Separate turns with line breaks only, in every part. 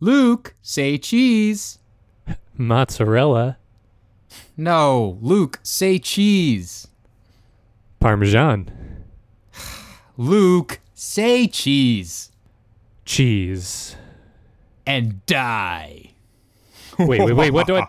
Luke, say cheese.
Mozzarella.
No, Luke, say cheese.
Parmesan.
Luke, say cheese
Cheese.
and die.
Wait, wait, wait. What do I.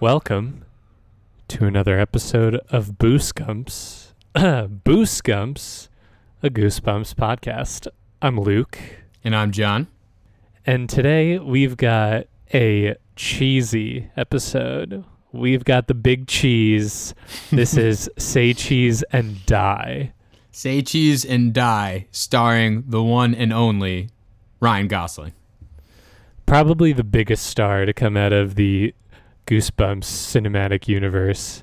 Welcome to another episode of Booscumps. Booscumps, a Goosebumps podcast. I'm Luke,
And I'm John.
and today we've got a cheesy episode. We've got the big cheese. This is Say Cheese and Die.
Say cheese and die, starring the one and only Ryan Gosling.
Probably the biggest star to come out of the Goosebumps cinematic universe.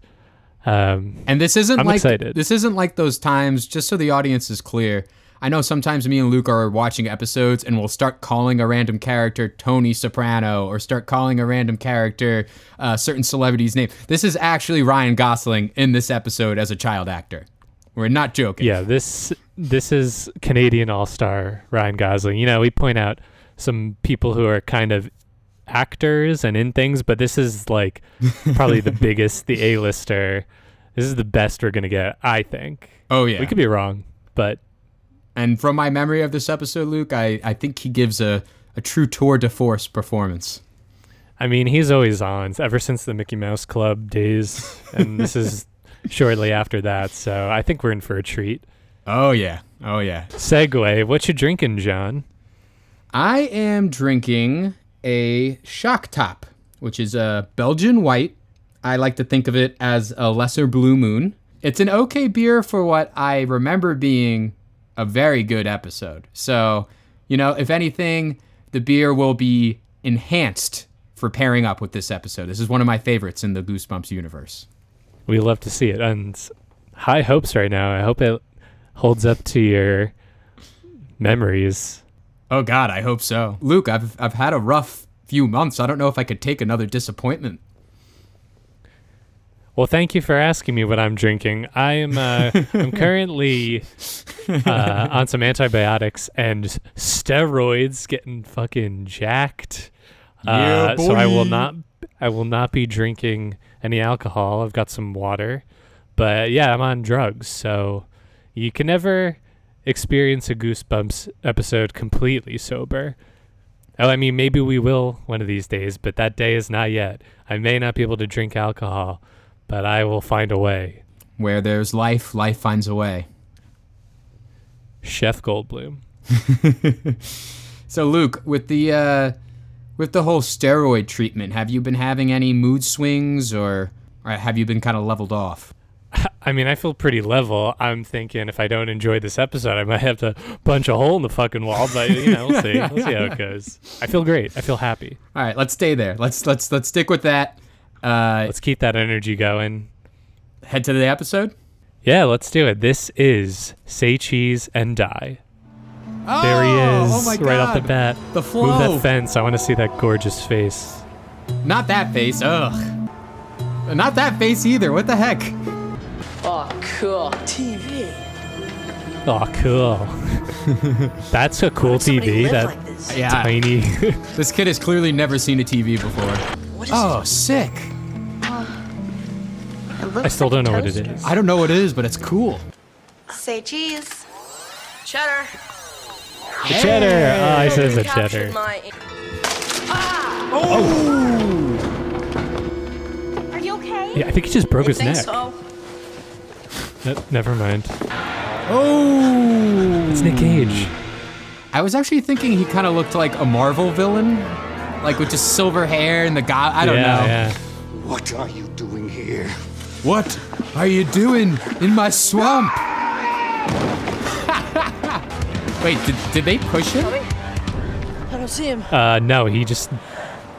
Um,
And this isn't
I'm
like
excited.
this isn't like those times. Just so the audience is clear, I know sometimes me and Luke are watching episodes and we'll start calling a random character Tony Soprano or start calling a random character uh, certain celebrity's name. This is actually Ryan Gosling in this episode as a child actor. We're not joking.
Yeah, this this is Canadian All Star Ryan Gosling. You know, we point out some people who are kind of actors and in things, but this is like probably the biggest, the A lister. This is the best we're gonna get, I think.
Oh yeah.
We could be wrong, but
And from my memory of this episode, Luke, I, I think he gives a, a true tour de force performance.
I mean he's always on ever since the Mickey Mouse Club days and this is shortly after that, so I think we're in for a treat.
Oh yeah. Oh yeah.
Segway, what you drinking, John?
I am drinking a Shock Top, which is a Belgian white. I like to think of it as a lesser blue moon. It's an okay beer for what I remember being a very good episode. So, you know, if anything, the beer will be enhanced for pairing up with this episode. This is one of my favorites in the Goosebumps universe.
We love to see it. And s- high hopes right now. I hope it holds up to your memories.
Oh God, I hope so. Luke, I've I've had a rough few months. I don't know if I could take another disappointment.
Well, thank you for asking me what I'm drinking. I am uh, I'm currently uh, on some antibiotics and steroids, getting fucking jacked.
Yeah,
uh, so I will
boy.
not I will not be drinking any alcohol. I've got some water, but yeah, I'm on drugs. So you can never experience a Goosebumps episode completely sober. Oh, I mean, maybe we will one of these days, but that day is not yet. I may not be able to drink alcohol, but I will find a way.
Where there's life, life finds a way.
Chef Goldblum.
So Luke, with the uh, with the whole steroid treatment, have you been having any mood swings or, or have you been kind of leveled off?
I mean, I feel pretty level. I'm thinking if I don't enjoy this episode, I might have to punch a hole in the fucking wall. But you know, we'll see. We'll see how it goes. I feel great. I feel happy.
All right, let's stay there. Let's let's let's stick with that. Uh,
Let's keep that energy going.
head to the episode.
Yeah, let's do it. This is say cheese and die. There he is,
Oh my God.
right off the bat.
The
Move
flow.
that fence. I want to see that gorgeous face.
Not that face. Ugh. Not that face either. What the heck?
Oh, cool. TV.
Oh, cool. That's a cool TV. That
Like this.
Yeah.
tiny.
This kid has clearly never seen a TV before.
What is
Oh, sick.
it? It
I still don't know what it is.
I don't know what it is, but it's cool.
Say cheese.
Cheddar.
A cheddar. Oh, I said it's a cheddar.
Captured My...
Are you okay?
Yeah, I think he just broke his
Think
neck.
so.
Ne- never mind.
Oh.
It's Nick Cage.
I was actually thinking he kind of looked like a Marvel villain, like with just silver hair and the guy. I don't
yeah,
know.
yeah.
What are you doing here?
What are you doing in my swamp? Wait, did, did they push him?
I don't see him.
Uh, no, he just
That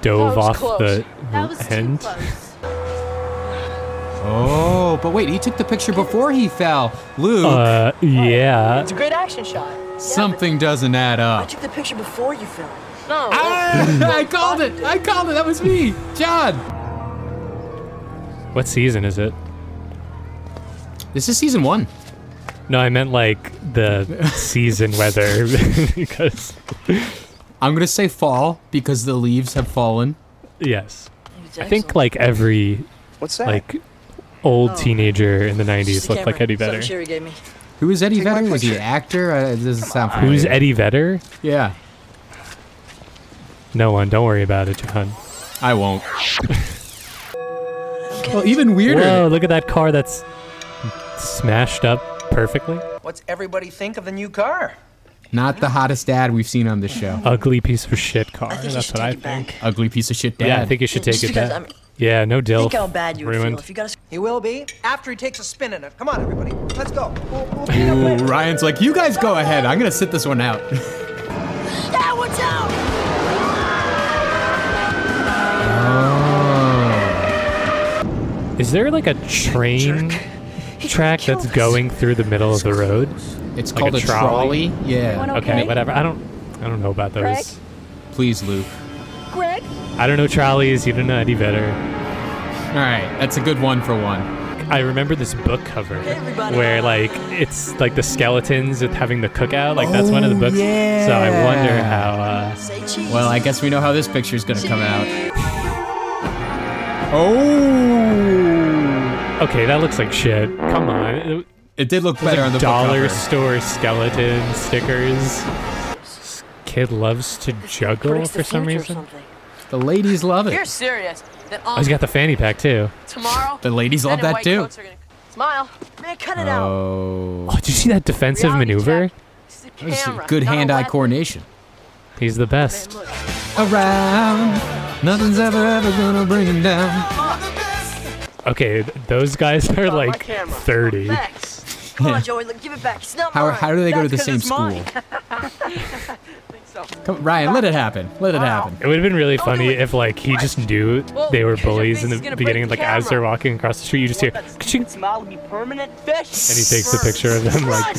dove
was
off
close.
the
That was
end.
too close.
Oh, but wait, he took the picture before he fell. Luke,
Uh, yeah.
It's a great action shot.
something doesn't add
I
up.
took the picture before you fell.
No.
Ah, I called it. I called it. That was me, John.
What season is it?
This is season one.
No, I meant like the season weather because
I'm gonna say fall because the leaves have fallen.
yes, I think like every
What's that?
like old teenager in the
Just
'90s
the
looked like
camera.
Eddie
Something
Vedder.
Sherry gave me.
Who is Eddie
Take my
Vedder? Was he an
picture.
actor? Uh, it doesn't sound familiar.
Who's Eddie Vedder?
Yeah,
No one. Don't worry about it, John.
I won't. well, even weirder.
Whoa! Look at that car that's smashed up perfectly.
What's everybody think of the new car?
Not the hottest dad we've seen on this show.
Ugly piece of shit car.
I think you
that's
should
what
take
I
it
think.
back.
Ugly piece of shit dad.
Yeah, I think you should take
Just
it
because,
back.
I mean,
yeah, no dilf.
Think how bad you would
ruined.
feel if you got a
He will be after he takes a spin in it. Come on, everybody. Let's go. We'll- we'll beat him
Ooh,
later.
Ryan's like, you guys go ahead. I'm gonna sit this one out.
That one's out!
Oh.
Is there like a train track
killed
that's
us.
going through the middle of the road?
It's
Like
called
a
a, trolley.
trolley?
Yeah.
Everyone
Okay,
Okay.
whatever. I don't I don't know about those.
Greg?
Uh, Please, Luke.
Greg?
I don't know trolleys, you don't know Eddie Vedder.
All right, that's a good one for one.
I remember this book cover
everybody.
where like it's like the skeletons with having the cookout. Like that's one
Oh,
of the books. So I wonder
yeah.
how uh,
Say cheese.
Well, I guess we know how this picture's gonna come out. Oh.
uh, Okay, that looks like shit. Come on. It-
It did look
It's
better
like
on the book
dollar
cover.
store skeleton stickers. This Kid loves to juggle
Predicts the
for some
future or
reason.
something.
The ladies love
You're
it.
serious. Then
Oh,
on
he's got the fanny pack too.
tomorrow.
The ladies
men
love
in
that
white
too.
coats are gonna- Smile.
Man, cut it out.
Oh.
Oh, did you see that defensive
Reality
maneuver?
check. This is a
That was a
camera,
good
not a
hand-eye
weapon.
coordination.
He's the best.
Around, nothing's ever ever gonna bring him down.
Okay, th- those guys are
my
like
camera.
30.
Thanks.
Come on, Joey, look, give it back. It's not
How,
mine.
how do they go to the
That's
same
'cause it's
school?
mine. so.
Come, Ryan, let it happen. Let it happen.
It would have been really funny
it.
if like he just knew
Well,
they were
because your
bullies in
face
the
is gonna break
beginning,
the
like as they're
camera.
walking across the street, you just hear "Ka-ching," and
Smile will be permanent fish.
he takes a picture of them like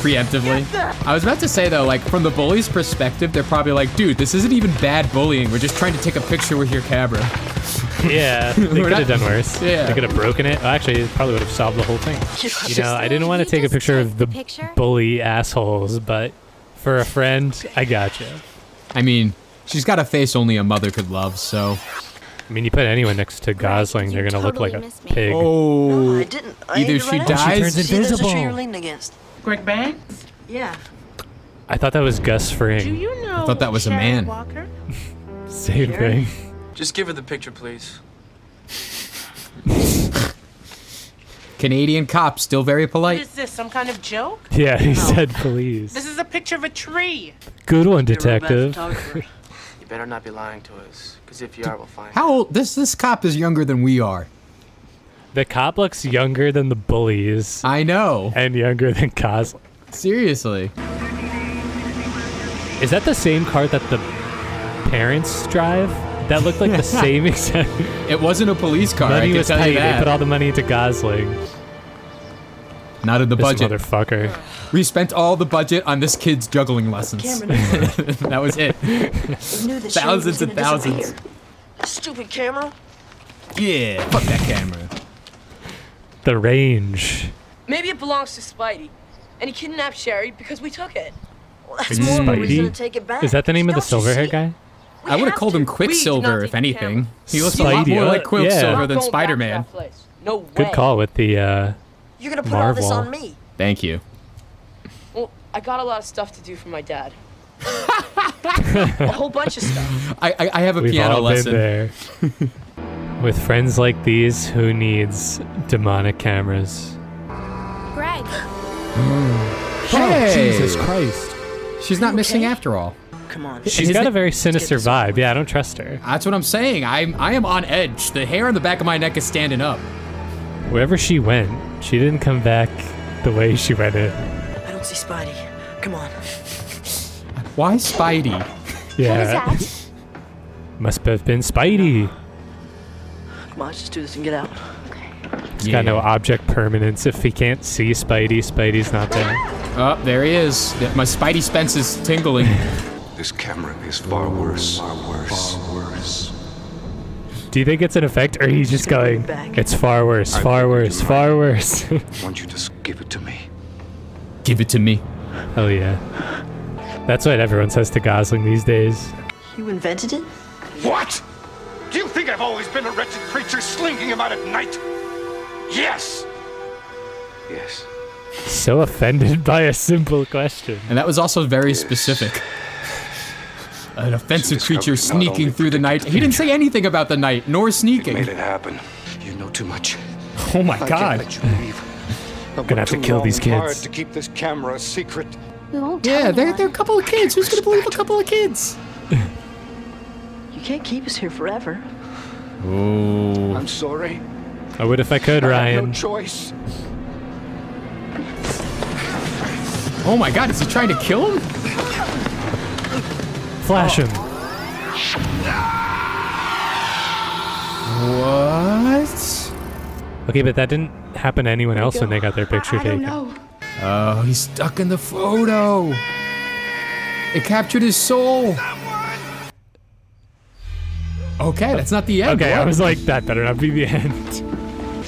Preemptively. I was about to say though, like from the bully's perspective, they're probably like, dude, this isn't even bad bullying. We're just trying to take a picture with your camera.
Yeah. They
We're
could have
not-
done worse.
Yeah.
They could have broken it. Well, actually it probably would have solved the whole thing. You know, I didn't want to
You
take a
just
picture
take
of the
the picture?
bully assholes, but for a friend, I gotcha.
I mean, she's got a face only a mother could love, so.
I mean, you put anyone next to Gosling,
you
they're gonna
totally
look like
missed
a
me.
pig.
Oh.
I didn't. I aimed
Either
it
she
right at you.
died-
She turns
Eyes-
See, there's a tree you're
invisible.
leaning against.
Greg Bank?
Yeah.
I thought that was Gus
Do
Fring.
you know
thought that was a man.
Sharon Walker?
Same thing.
Just give her the picture, please.
Canadian cop, still very
What
polite.
is this, some kind of joke?
Yeah, he said please.
This is a picture of a tree.
Good one,
You're a bad
detective.
photographer. you better not be lying to us, because if you are, we'll find
How old? This this cop is younger than we are.
The cop looks younger than the bullies
I know.
and younger than Gosling.
Seriously.
Is that the same car that the parents drive? That looked like the same exact.
It wasn't a police car. I
money
can
was
tell you
paid. They
that.
put all the money into Gosling. This
Not in the budget.
motherfucker.
We spent all the budget on this kid's juggling lessons. that was it.
I knew that Sharon
Thousands
was
and
gonna
thousands.
disappear. Stupid camera.
Yeah. Fuck that camera.
The range.
Maybe it belongs to Spidey, and he kidnapped Sherry because we took it.
Well, that's more of a reason to
Spidey?
take it back.
Is that the name of the
Don't you
silver hair
see?
guy?
I would have called him Quicksilver
We
if
did not take the
anything.
camera.
He looks a lot more
Spidey,
like
uh,
Quicksilver
yeah.
than
Not going back to
Spider-Man.
that place. No way.
Good call with the. uh
You're gonna put all this
Marvel.
on me.
Thank you.
Well, I got a lot of stuff to do for my dad. a whole bunch of stuff.
I I, I have a
We've
piano
all
lesson.
been there. with friends like these, who needs demonic cameras?
Greg.
Hey,
Oh, Christ.
she's not missing after all.
Come on.
She's
Is
got
it-
a very sinister
this over
vibe. Yeah, I don't trust her.
That's what I'm saying. I'm I am on edge. The hair on the back of my neck is standing up.
Wherever she went, she didn't come back the way she went in.
I don't see Spidey. Come on.
Why Spidey?
Yeah.
What is
Must have been Spidey.
Come on, let's just do this and get out.
He's got no object permanence. If he can't see Spidey, Spidey's not there.
Oh, there he is. Th- My Spidey Spence is tingling.
This Cameron is far worse. Far worse. Far worse.
Do you think it's an effect, or he's just going,
back.
it's far worse,
I
far
think we
worse,
can
far worse?
Won't you just give it to me?
Give it to me.
oh, yeah. That's what everyone says to Gosling these days.
You invented it?
What? Do you think I've always been a wretched creature slinging about at night? Yes! Yes.
So offended by a simple question.
And that was also very specific. An offensive creature sneaking through the night. He didn't say anything about the night, nor
Made
sneaking.
it happen. You know too much.
Oh my
I
god.
can't let you leave. I'm
Gonna have to kill these
Hard
kids.
to keep this camera a secret.
that? We won't tell
Yeah, they're,
anyone.
they're a couple of kids. Who's gonna believe a couple of kids?
You can't keep us here forever.
I'm sorry.
I would if I could,
I have no
Ryan.
choice.
Oh my god, is he trying to kill him?
Flash him.
What?
Okay, but that didn't happen to anyone else when they got their picture
I don't
taken.
know.
Oh, he's stuck in the photo. It captured his soul. Okay, that's not the end.
Okay, I
boy.
was like, that better not be the end.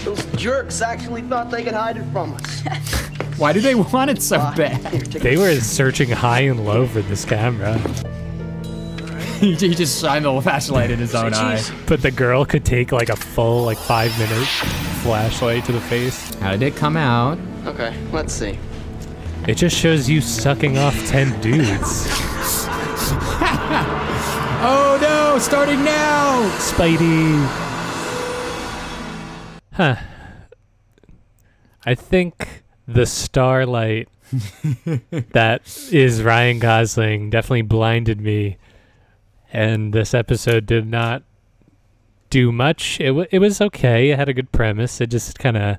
Those jerks actually thought they could hide it from us.
Why do they want it so bad?
Here, take
They were searching high and low for this camera,
he he just shined the flashlight in his own eye.
but the girl could take like a full, like five minute flashlight to the face.
How did it come out?
Okay, let's see.
It just shows you sucking off 10 dudes.
Oh no, starting now!
Spidey. Huh. I think the starlight that is Ryan Gosling definitely blinded me, and this episode did not do much. It, w- it was okay, it had a good premise. It just kind of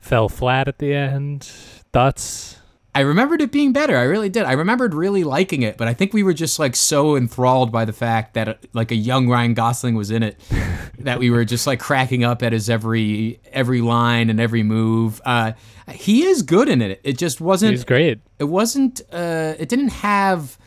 fell flat at the end. Thoughts?
I remembered it being better. I really did. I remembered really liking it, but I think we were just like so enthralled by the fact that uh, like a young Ryan Gosling was in it that we were just like cracking up at his every every line and every move. Uh, he is good in it. It just
It
wasn't
was great.
it wasn't uh it didn't have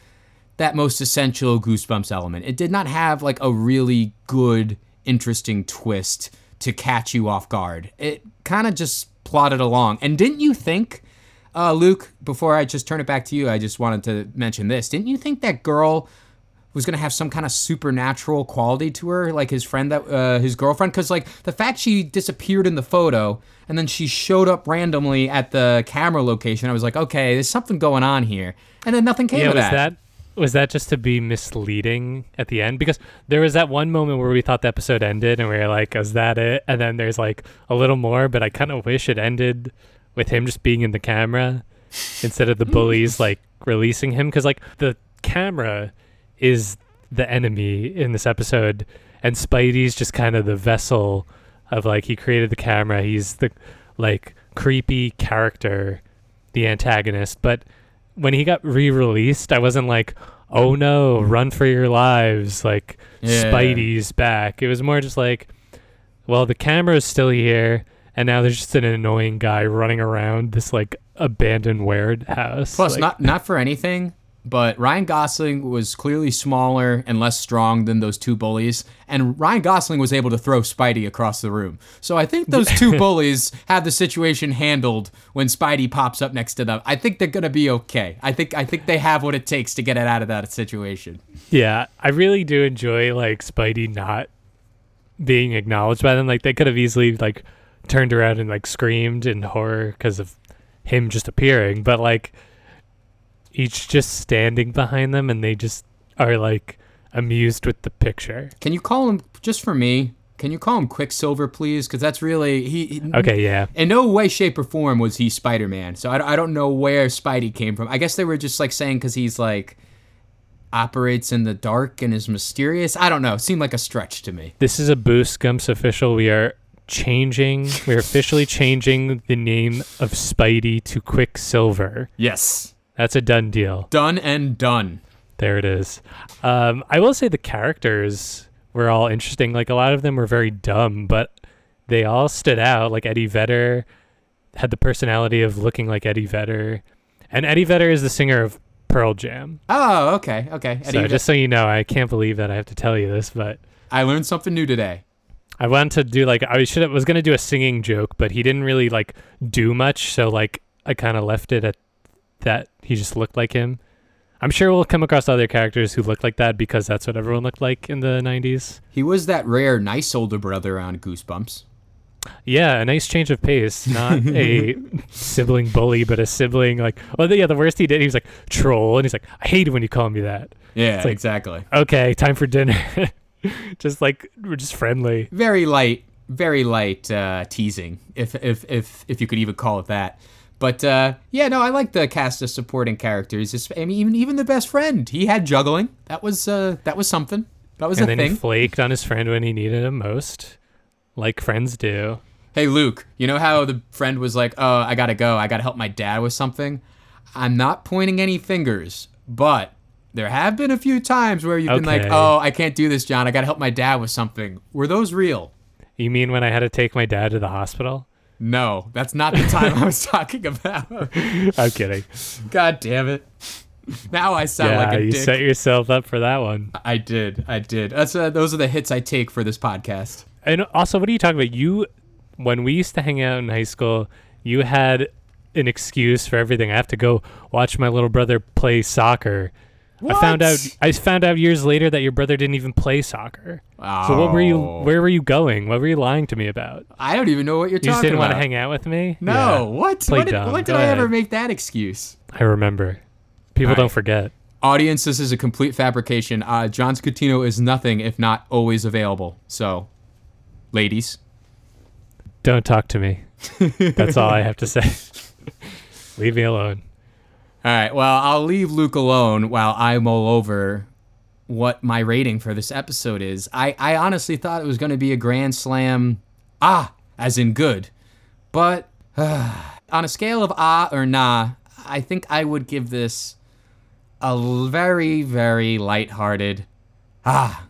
that most essential goosebumps element it did not have like a really good interesting twist to catch you off guard it kind of just plodded along and didn't you think uh luke before i just turn it back to you i just wanted to mention this didn't you think that girl was gonna have some kind of supernatural quality to her, like his friend that uh, his girlfriend, because like the fact she disappeared in the photo and then she showed up randomly at the camera location, I was like, okay, there's something going on here, and then nothing came
yeah,
of
was that. was that just to be misleading at the end? Because there was that one moment where we thought the episode ended, and we were like, "Is that it?" And then there's like a little more, but I kind of wish it ended with him just being in the camera instead of the bullies like releasing him, because like the camera is the enemy in this episode, and Spidey's just kind of the vessel of like he created the camera. He's the like creepy character, the antagonist, but when he got re-released, I wasn't like, "Oh no, run for your lives!" Like
Yeah.
Spidey's back. It was more just like, "Well, the camera's still here, and now there's just an annoying guy running around this like abandoned warehouse."
Plus,
Like,
not not for anything, but Ryan Gosling was clearly smaller and less strong than those two bullies, and Ryan Gosling was able to throw Spidey across the room. So I think those two bullies have the situation handled when Spidey pops up next to them. I think they're gonna be okay. I think I think they have what it takes to get it out of that situation.
yeah, I really do enjoy like Spidey not being acknowledged by them. Like they could have easily like turned around and like screamed in horror because of him just appearing, but like he's just standing behind them and they just are like amused with the picture.
Can you call him just for me? Can you call him Quicksilver, please? Because that's really he. he-
Okay, yeah.
In no way, shape, or form was he Spider Man. So I, I don't know where Spidey came from. I guess they were just like saying because he's like operates in the dark and is mysterious. I don't know. Seemed like a stretch to me.
This is a Boost Gumps official. We are changing. We're officially changing the name of Spidey to Quicksilver.
Yes.
That's a done deal.
Done and done.
There it is. Um, I will say the characters were all interesting. Like a lot of them were very dumb, but they all stood out. Like Eddie Vedder had the personality of looking like Eddie Vedder, and Eddie Vedder is the singer of Pearl Jam.
Oh, okay. Okay. Eddie,
so just so you know, I can't believe that I have to tell you this, but
I learned something new today.
I wanted to do like I should was gonna do a singing joke, but he didn't really like do much, so like I kind of left it at that. He just looked like him. I'm sure we'll come across other characters who look like that because that's what everyone looked like in the 90s.
He was that rare, nice older brother on Goosebumps.
Yeah, a nice change of pace. Not a sibling bully, but a sibling like. Oh yeah, the worst he did, he was like troll, and he's like, I hate it when you call me that.
Yeah,
like-
exactly.
Okay, time for dinner. just like we're just friendly.
Very light, very light uh, teasing, if if if if you could even call it that. But uh, yeah, no, I like the cast of supporting characters. It's- I mean, even even the best friend, he had juggling. That was uh, that was something. That was
and
a
then he
thing.
flaked on his friend when he needed him most, like friends do.
hey, Luke, you know how the friend was like, "Oh, I gotta go. I gotta help my dad with something." I'm not pointing any fingers, but there have been a few times where you've been like,
Okay.
"Oh, I can't do this, John. I gotta help my dad with something." Were those real?
You mean when I had to take my dad to the hospital?
No, that's not the time I was talking about.
I'm kidding.
God damn it. Now I sound
yeah,
like a
you
dick.
set yourself up for that one.
I did. I did. That's uh, those are the hits I take for this podcast.
And also, what are you talking about? You, when we used to hang out in high school, you had an excuse for everything. I have to go watch my little brother play soccer. I found out. I found out years later that your brother didn't even play soccer. So what were you?
Oh.
Where were you going? What were you lying to me about?
I don't even know what you're
You
talking
just didn't
about.
want to hang out with me?
No, what?
Play
what did,
dumb.
what did
Go
I ever
ahead.
make that excuse?
I remember. People
All right.
don't forget.
Audience, this is a complete fabrication. Uh, John Scutino is nothing if not always available. So, ladies,
Don't talk to me. That's all I have to say. Leave me alone.
All right. Well, I'll leave Luke alone while I mull over what my rating for this episode is. I, I honestly thought it was going to be a grand slam, ah, as in good. But on a scale of ah or nah, I think I would give this a l- very, very lighthearted ah.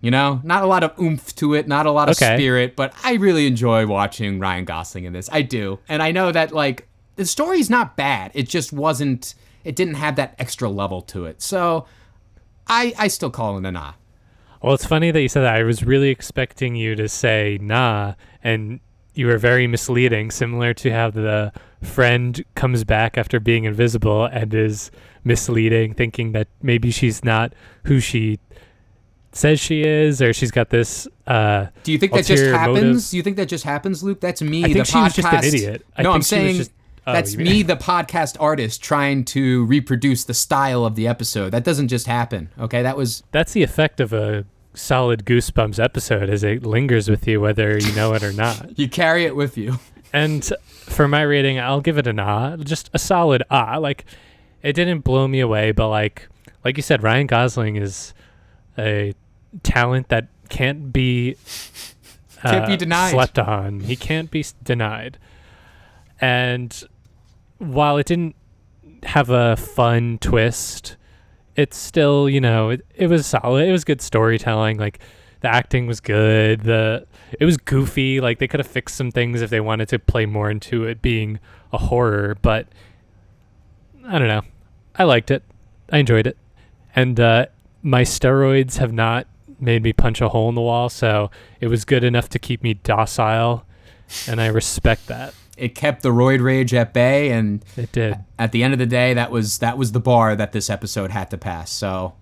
You know, not a lot of oomph to it, not a lot of
Okay.
spirit, but I really enjoy watching Ryan Gosling in this. I do. And I know that, like, the story's not bad. It just wasn't, it didn't have that extra level to it. So I, I still call it ah. a nah.
Well, it's funny that you said that. I was really expecting you to say nah, and you were very misleading, similar to how the friend comes back after being invisible and is misleading, thinking that maybe she's not who she says she is, or she's got this. Uh,
Do you think that just
ulterior
happens?
motive.
Do you think that just happens, Luke? That's me.
I think
the
she was just an
podcast-
idiot. I
no, I'm
think she was
saying
just- oh,
that's
you
me,
mean-
the podcast artist, trying to reproduce the style of the episode. That doesn't just happen. Okay, that was
That's the effect of a solid Goosebumps episode, as it lingers with you, whether you know it or not.
you carry it with you.
And for my rating, I'll give it an ah, just a solid ah. Like, it didn't blow me away, but like, like you said, Ryan Gosling is a talent that can't be
Can't be
uh,
denied.
slept on. He can't be s- denied. And while it didn't have a fun twist, it's still you know it, it was solid. It was good storytelling. Like the acting was good. The it was goofy. Like they could have fixed some things if they wanted to play more into it being a horror. But I don't know. I liked it. I enjoyed it. And uh, my steroids have not made me punch a hole in the wall, so it was good enough to keep me docile, and I respect that.
It kept the roid rage at bay, and
It did.
at the end of the day, that was that was the bar that this episode had to pass. So,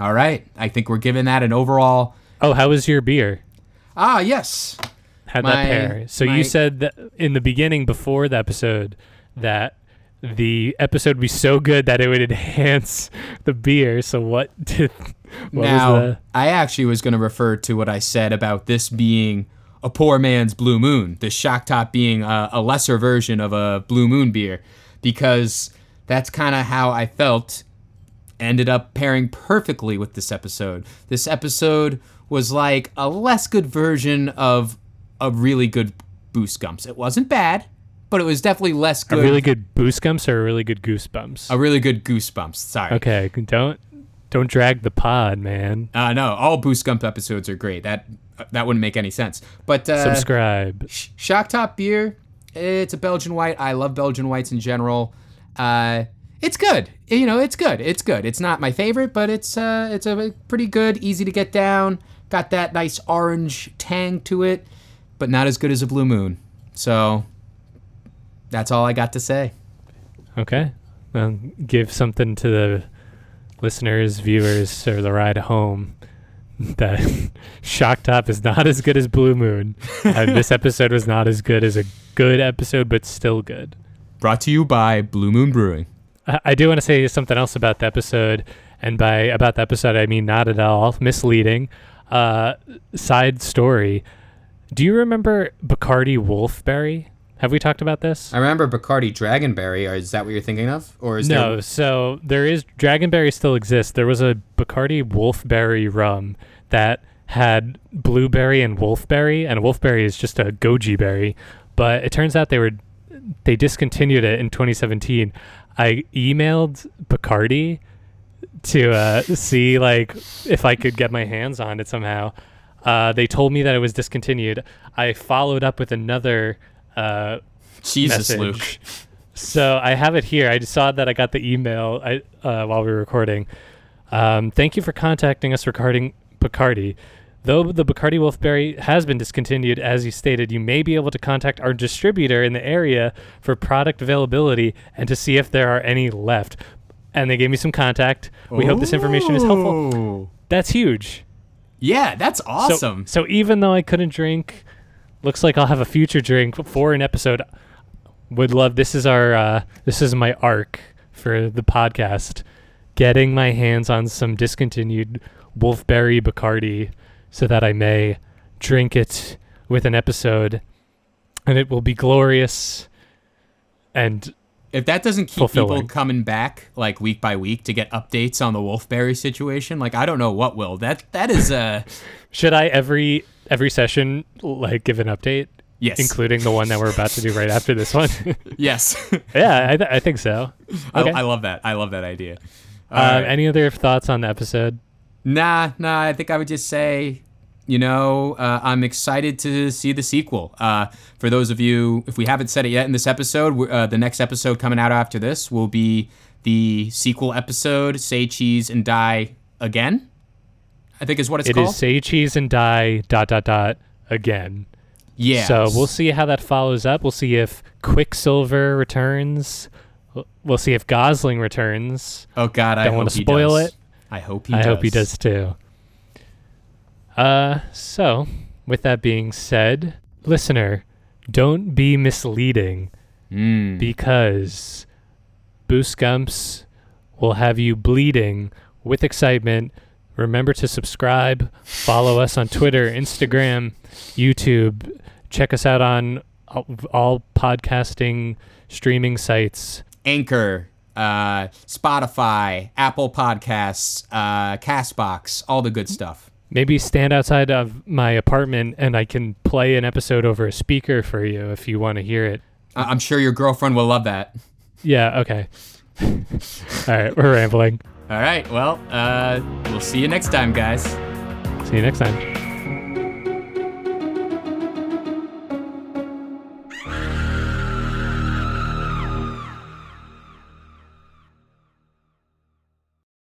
all right, I think we're giving that an overall.
Oh, how was your beer?
Ah, yes,
Had
My-
that pair. So
my-
you said that in the beginning before the episode that the episode would be so good that it would enhance the beer. So what did what
now,
was the
I actually was going to refer to what I said about this being a poor man's Blue Moon, the Shock Top being a, a lesser version of a Blue Moon beer, because that's kind of how I felt. Ended up pairing perfectly with this episode. This episode was like a less good version of a really good Goosebumps. It wasn't bad, but it was definitely less
A
good.
really good goosebumps or a really good goosebumps?
a really good Goosebumps. Sorry.
Okay, don't don't drag the pod, man.
Uh, no, all Goosebumps episodes are great. That that wouldn't make any sense. But uh,
Subscribe.
Sh- Shock Top beer. It's a Belgian white. I love Belgian whites in general. Uh, it's good. You know, it's good. It's good. It's not my favorite, but it's uh, it's a pretty good, easy to get down. Got that nice orange tang to it, but not as good as a Blue Moon. So that's all I got to say.
Okay. Um, give something to the listeners, viewers, or the ride home that Shock Top is not as good as Blue Moon. and this episode was not as good as a good episode, but still good.
Brought to you by Blue Moon Brewing.
I, I do want to say something else about the episode, and by about the episode, I mean not at all misleading. Uh, side story. Do you remember Bacardi Wolfberry? Have we talked about this?
I remember Bacardi Dragonberry. Or is that what you're thinking of? Or is
no,
there?
so there is Dragonberry still exists. There was a Bacardi Wolfberry rum that had blueberry and wolfberry, and wolfberry is just a goji berry. But it turns out they were they discontinued it in 2017. I emailed Bacardi to uh, see like if I could get my hands on it somehow. Uh, they told me that it was discontinued. I followed up with another. Uh,
Jesus,
message.
Luke.
So I have it here. I just saw that I got the email I, uh, while we were recording. Um, thank you for contacting us regarding Bacardi. Though the Bacardi Wolfberry has been discontinued, as you stated, you may be able to contact our distributor in the area for product availability and to see if there are any left. And they gave me some contact. We hope this information is helpful.
Ooh.
That's huge.
Yeah, that's
So-
awesome.
So, even though I couldn't drink, looks like I'll have a future drink for an episode. Would love this is our uh, this is my arc for the podcast, getting my hands on some discontinued Wolfberry Bacardi, so that I may drink it with an episode, and it will be glorious. And
if that doesn't keep
fulfilling.
people coming back like week by week to get updates on the Wolfberry situation, like I don't know what will. That that is uh
should I every every session like give an update,
yes.
including the one that we're about to do right after this one?
yes.
yeah, I, th- I think so.
I,
Okay.
I love that. I love that idea.
Uh,
Alright.
Any other thoughts on the episode?
Nah, nah. I think I would just say, you know, uh, I'm excited to see the sequel. Uh, for those of you, if we haven't said it yet in this episode, we're- uh, the next episode coming out after this will be the sequel episode, "Say Cheese and Die Again." I think is what it's
It
called.
is say cheese and die dot dot dot again.
yeah.
So we'll see how that follows up. We'll see if Quicksilver returns. We'll- We'll see if Gosling returns.
Oh God, I
Don't
hope
wanna
he
spoil
does.
it.
I hope he.
I
does.
hope he does too. Uh, so with that being said, listener, don't be misleading because Booscumps will have you bleeding with excitement. Remember to subscribe, follow us on Twitter, Instagram, YouTube. Check us out on all- all podcasting streaming sites.
Anchor, uh, Spotify, Apple Podcasts, uh, Castbox, all the good stuff.
Maybe stand outside of my apartment and I can play an episode over a speaker for you if you want to hear it.
I- I'm sure your girlfriend will love that.
Yeah, okay. All right, we're rambling.
All right. Well, uh, we'll see you next time, guys.
See you next time.